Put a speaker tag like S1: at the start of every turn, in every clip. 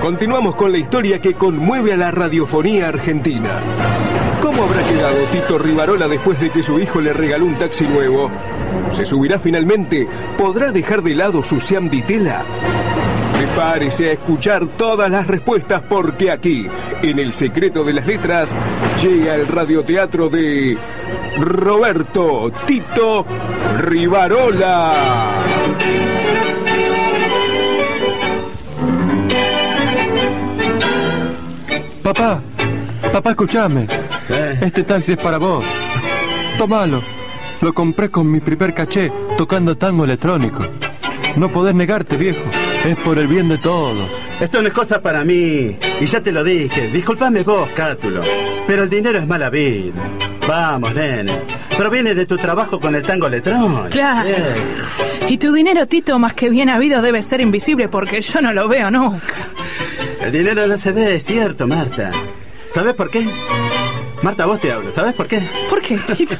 S1: Continuamos con la historia que conmueve a la radiofonía argentina. ¿Cómo habrá quedado Tito Rivarola después de que su hijo le regaló un taxi nuevo? ¿Se subirá finalmente? ¿Podrá dejar de lado su Siam Ditela? Prepárese a escuchar todas las respuestas porque aquí, en El Secreto de las Letras, llega el radioteatro de Roberto Tito Rivarola.
S2: Papá, papá, escúchame. Este taxi es para vos. Tómalo. Lo compré con mi primer caché tocando tango electrónico. No podés negarte, viejo. Es por el bien de todos.
S3: Esto no es cosa para mí. Y ya te lo dije. Disculpame vos, Cátulo. Pero el dinero es mala vida. Vamos, nene. Proviene de tu trabajo con el tango electrónico.
S4: Claro. Y tu dinero, Tito, más que bien habido, debe ser invisible porque yo no lo veo nunca.
S3: El dinero no se ve, es cierto, Marta. ¿Sabes por qué? Marta, vos te hablo. ¿Sabes por qué?
S4: ¿Por qué, Tito?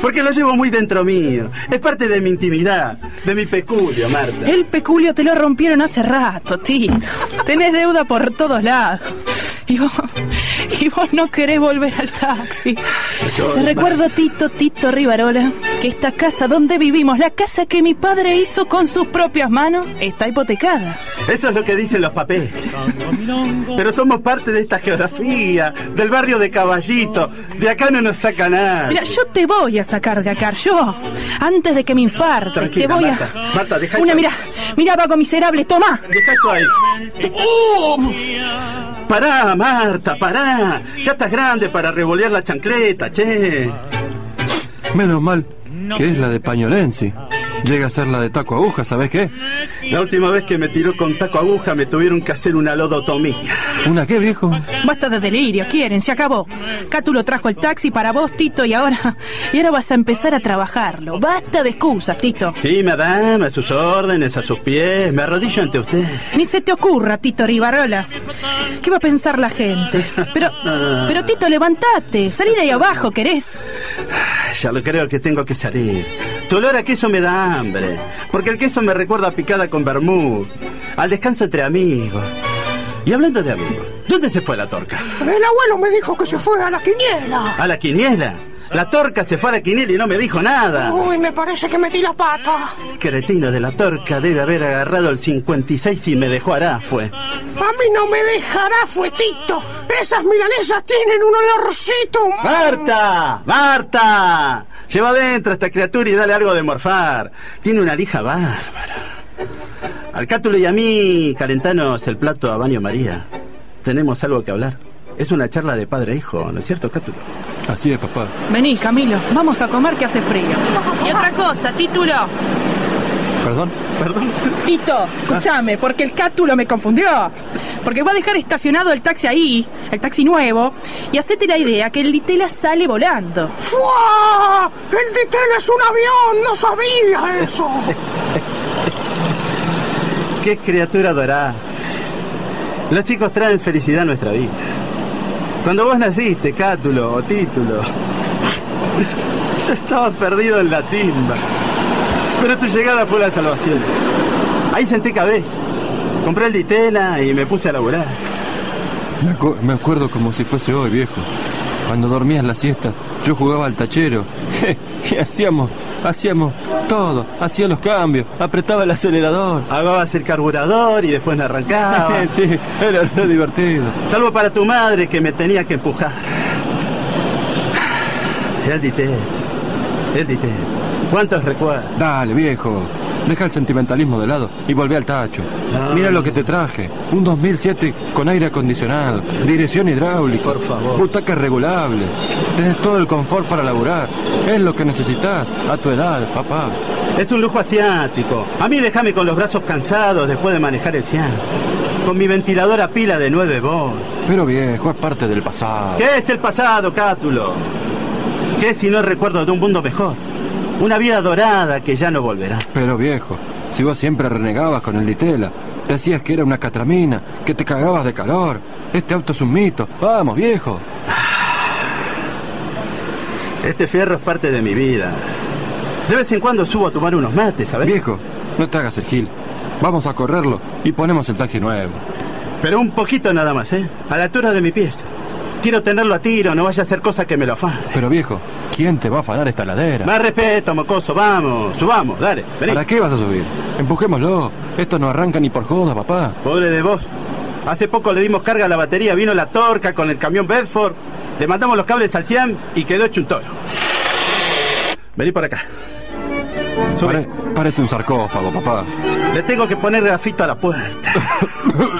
S3: Porque lo llevo muy dentro mío. Es parte de mi intimidad, de mi peculio, Marta.
S4: El peculio te lo rompieron hace rato, Tito. Tenés deuda por todos lados. Y vos, y vos no querés volver al taxi.
S3: Yo-
S4: Te recuerdo, Tito, Tito Rivarola, que esta casa donde vivimos, la casa que mi padre hizo con sus propias manos, está hipotecada.
S3: Eso es lo que dicen los papeles. Pero somos parte de esta geografía, del barrio de Caballito. De acá no nos saca nada.
S4: Mira, yo te voy a sacar de acá, yo. Antes de que me infarte,
S3: Tranquila,
S4: te voy
S3: Marta.
S4: a.
S3: Marta, dejá
S4: Una,
S3: eso.
S4: mira, mira, vago miserable, toma.
S3: Deja eso ahí. ¡Uf! Pará, Marta, pará. Ya estás grande para revolear la chancleta, che.
S2: Menos mal que es la de Pañolensi. Llega a ser la de taco aguja, ¿sabes qué?
S3: La última vez que me tiró con taco aguja me tuvieron que hacer una lodotomía.
S2: ¿Una qué, viejo?
S4: Basta de delirio, quieren, se acabó. Cátulo trajo el taxi para vos, Tito, y ahora. Y ahora vas a empezar a trabajarlo. Basta de excusas, Tito.
S3: Sí, madame, a sus órdenes, a sus pies. Me arrodillo ante usted.
S4: Ni se te ocurra, Tito Rivarola. ¿Qué va a pensar la gente? Pero, pero Tito, levantate. Salir ahí abajo, ¿querés?
S3: Ya lo creo que tengo que salir. Tu olor a queso me da hambre, porque el queso me recuerda a picada con vermú, al descanso entre amigos. Y hablando de amigos, ¿dónde se fue la torca?
S5: El abuelo me dijo que se fue a la quiniela.
S3: ¿A la quiniela? La torca se fue a la quiniela y no me dijo nada.
S5: Uy, me parece que metí la pata.
S3: Cretino de la torca debe haber agarrado el 56 y me dejó hará, fue.
S5: A mí no me dejará fuetito. Esas milanesas tienen un olorcito.
S3: ¡Marta! ¡Marta! Lleva adentro a esta criatura y dale algo de morfar. Tiene una lija bárbara. Al Cátulo y a mí, calentanos el plato a baño María. Tenemos algo que hablar. Es una charla de padre e hijo, ¿no es cierto, Cátulo?
S2: Así es, papá.
S4: Vení, Camilo, vamos a comer que hace frío. Y otra cosa, título.
S2: ¿Perdón?
S3: Perdón.
S4: Tito, escúchame, porque el cátulo me confundió. Porque va a dejar estacionado el taxi ahí, el taxi nuevo, y hacete la idea que el Litela sale volando.
S5: ¡Fua! El Ditel es un avión, no sabía eso.
S3: ¡Qué criatura dorada! Los chicos traen felicidad a nuestra vida. Cuando vos naciste, Cátulo o Título, yo estaba perdido en la timba. Pero tu llegada fue la salvación. Ahí senté cabeza. Compré el ditela y me puse a laburar.
S2: Me, acu- me acuerdo como si fuese hoy, viejo. Cuando dormías la siesta, yo jugaba al tachero. y hacíamos, hacíamos todo. Hacía los cambios, apretaba el acelerador.
S3: Agabas el carburador y después me arrancaba.
S2: sí, era re divertido.
S3: Salvo para tu madre que me tenía que empujar. El ditel. El ditel. ¿Cuántos recuerdos?
S2: Dale, viejo. Deja el sentimentalismo de lado y volvé al tacho.
S3: No.
S2: Mira lo que te traje. Un 2007 con aire acondicionado, dirección hidráulica,
S3: Por favor.
S2: butaca regulable. Tenés todo el confort para laburar. Es lo que necesitas a tu edad, papá.
S3: Es un lujo asiático. A mí déjame con los brazos cansados después de manejar el Siam. Con mi ventilador a pila de 9 volts.
S2: Pero viejo, es parte del pasado.
S3: ¿Qué es el pasado, Cátulo? ¿Qué si no el recuerdo de un mundo mejor? Una vida dorada que ya no volverá.
S2: Pero viejo, si vos siempre renegabas con el Ditela, decías que era una catramina, que te cagabas de calor. Este auto es un mito. Vamos, viejo.
S3: Este fierro es parte de mi vida. De vez en cuando subo a tomar unos mates, ¿sabes?
S2: Viejo, no te hagas el gil. Vamos a correrlo y ponemos el taxi nuevo.
S3: Pero un poquito nada más, ¿eh? A la altura de mi pieza. Quiero tenerlo a tiro, no vaya a hacer cosa que me lo afane.
S2: Pero viejo, ¿quién te va a afanar esta ladera?
S3: Más respeto, mocoso, vamos, subamos, dale, vení.
S2: ¿Para qué vas a subir? Empujémoslo. Esto no arranca ni por joda, papá.
S3: Pobre de vos. Hace poco le dimos carga a la batería, vino la torca con el camión Bedford, le mandamos los cables al Siam y quedó hecho un toro. Vení por acá. Sube.
S2: Pare- parece un sarcófago, papá.
S3: Le tengo que poner grafito a la puerta.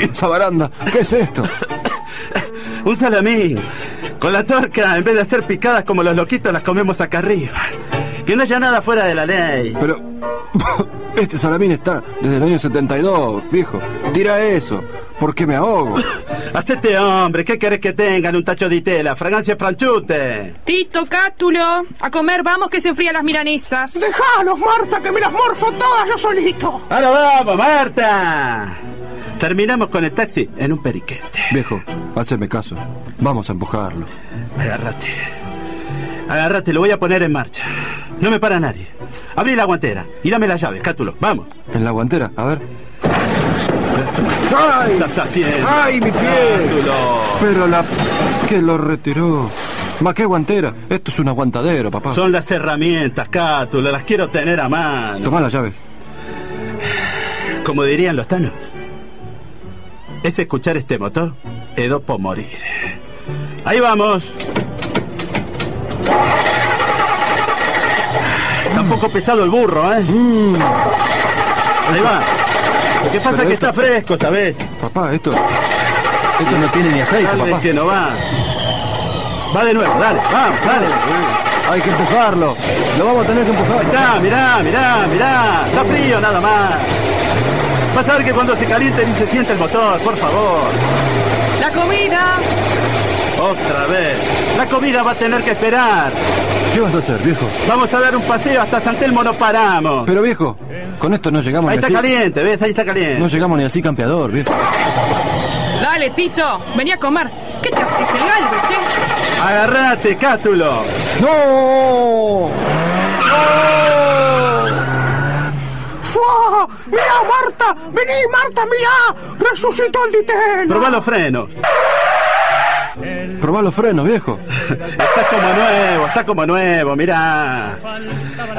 S2: Esa baranda, ¿qué es esto?
S3: Un salamín. Con la torca, en vez de hacer picadas como los loquitos, las comemos acá arriba. Que no haya nada fuera de la ley.
S2: Pero. Este salamín está desde el año 72, viejo. Tira eso. ¿Por qué me ahogo?
S3: Hacete hombre, ¿qué querés que tengan? Un tacho de tela, fragancia franchute.
S4: Tito Cátulo, a comer vamos que se enfrían las milanesas.
S5: Dejanos, Marta, que me las morfo todas yo solito.
S3: Ahora vamos, Marta. Terminamos con el taxi en un periquete.
S2: Viejo, haceme caso. Vamos a empujarlo.
S3: Agárrate. Agárrate, lo voy a poner en marcha. No me para nadie. Abrí la guantera y dame las llaves, Cátulo. Vamos.
S2: En la guantera, a ver.
S1: ¡Ay!
S3: Estás haciendo.
S1: ¡Ay, mi pie!
S3: Cátulo.
S2: Pero la. que lo retiró. ¿Ma qué guantera? Esto es un aguantadero, papá.
S3: Son las herramientas, Cátulo. Las quiero tener a mano.
S2: Tomá las llaves.
S3: Como dirían los tanos, es escuchar este motor, Edo por morir. Ahí vamos. Tampoco pesado el burro, ¿eh? Ahí va. Lo que pasa es
S2: Mm. Pero
S3: que
S2: esto-
S3: está fresco, ¿sabés?
S2: Papá, esto. Esto no tiene ni aceite,
S3: Dale
S2: papá.
S3: que no va. Va de nuevo, dale, vamos, dale.
S2: Hay que empujarlo. Lo vamos a tener que empujar.
S3: Está, mirá, mirá, mirá. Está frío nada más. Vas a ver que cuando se caliente ni se siente el motor, por favor.
S4: La comida.
S3: Otra vez. La comida va a tener que esperar.
S2: ¿Qué vas a hacer, viejo?
S3: Vamos a dar un paseo hasta San Telmo, no paramos.
S2: Pero viejo, con esto no llegamos
S3: Ahí
S2: ni
S3: está
S2: así.
S3: caliente, ¿ves? Ahí está caliente.
S2: No llegamos ni así campeador, viejo.
S4: Dale, Tito, vení a comer. ¿Qué te haces, el galve, che?
S3: Agarrate, Cátulo.
S2: ¡No!
S5: ¡Fua! ¡Mirá, Marta! ¡Vení, Marta, mirá! ¡Resucitó el diteno!
S3: Probá los frenos.
S2: Probá los frenos, viejo.
S3: Está como nuevo, está como nuevo, mirá.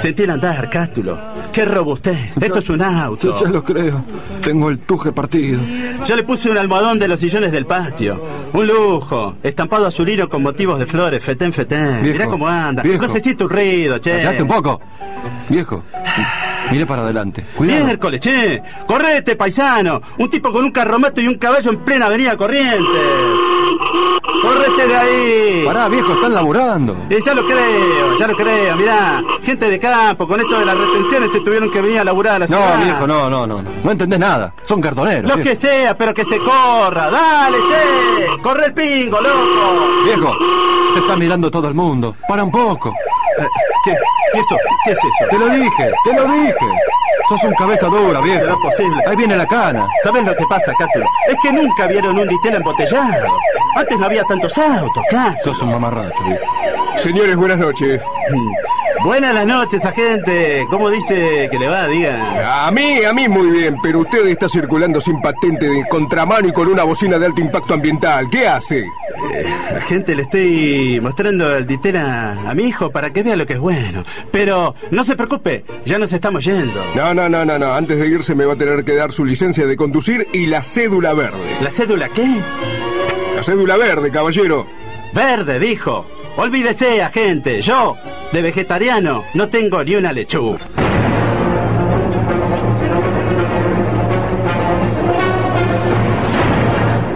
S3: Sentí el andar, Cátulo. Qué robustez. Esto es un
S2: Yo
S3: auto.
S2: ya lo creo. Tengo el tuje partido.
S3: Yo le puse un almohadón de los sillones del patio. Un lujo. Estampado azulino con motivos de flores. Fetén, fetén.
S2: Viejo,
S3: Mirá cómo anda.
S2: viejo.
S3: No se siente un ruido, che.
S2: ¡Callate un poco! Viejo, mire para adelante. Cuidado.
S3: Miércoles, che. Correte, paisano. Un tipo con un carromato y un caballo en plena avenida corriente. Correte de ahí.
S2: Pará, viejo, están laburando.
S3: Eh, ya lo creo, ya lo creo. Mirá, gente de campo, con esto de las retenciones se tuvieron que venir a laburar a la ciudad.
S2: No, viejo, no, no, no. No No entendés nada. Son cartoneros.
S3: Lo
S2: viejo.
S3: que sea, pero que se corra. Dale, che. Corre el pingo, loco.
S2: Viejo, te está mirando todo el mundo. Para un poco.
S3: Eh, ¿Qué? ¿Y eso? ¿Qué es
S2: Te
S3: eso?
S2: lo dije, te lo dije. Sos un cabeza dura, viejo.
S3: Será posible.
S2: Ahí viene la cana.
S3: ¿Sabes lo que pasa, Cátulo? Es que nunca vieron un ditela embotellado. Antes no había tantos autos, claro.
S2: Sos un mamarracho, viejo.
S1: Señores, buenas noches.
S3: Buenas las noches, agente. ¿Cómo dice que le va? Diga.
S1: A mí, a mí muy bien, pero usted está circulando sin patente de contramano y con una bocina de alto impacto ambiental. ¿Qué hace?
S3: Agente, le estoy mostrando el ditela a mi hijo para que vea lo que es bueno. Pero no se preocupe, ya nos estamos yendo.
S1: No, no, no, no, no. Antes de irse me va a tener que dar su licencia de conducir y la cédula verde.
S3: ¿La cédula qué?
S1: La cédula verde, caballero.
S3: Verde, dijo. Olvídese, agente. Yo, de vegetariano, no tengo ni una lechuga.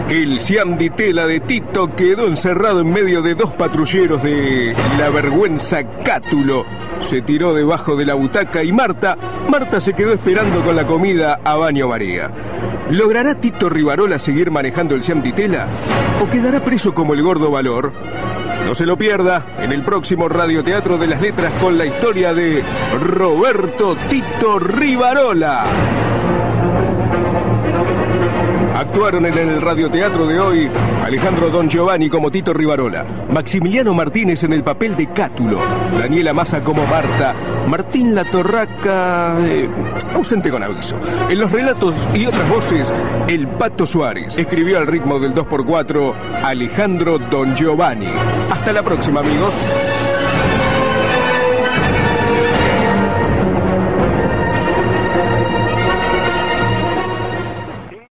S1: El Siam de tela de Tito quedó encerrado en medio de dos patrulleros de la vergüenza Cátulo. Se tiró debajo de la butaca y Marta, Marta se quedó esperando con la comida a baño María. ¿Logrará Tito Rivarola seguir manejando el Siam de tela? ¿O quedará preso como el gordo valor? No se lo pierda en el próximo Radioteatro de las Letras con la historia de Roberto Tito Rivarola. Actuaron en el radioteatro de hoy Alejandro Don Giovanni como Tito Rivarola, Maximiliano Martínez en el papel de Cátulo, Daniela Massa como Marta, Martín La Torraca, eh, ausente con aviso. En los relatos y otras voces, el Pato Suárez escribió al ritmo del 2x4 Alejandro Don Giovanni. Hasta la próxima, amigos.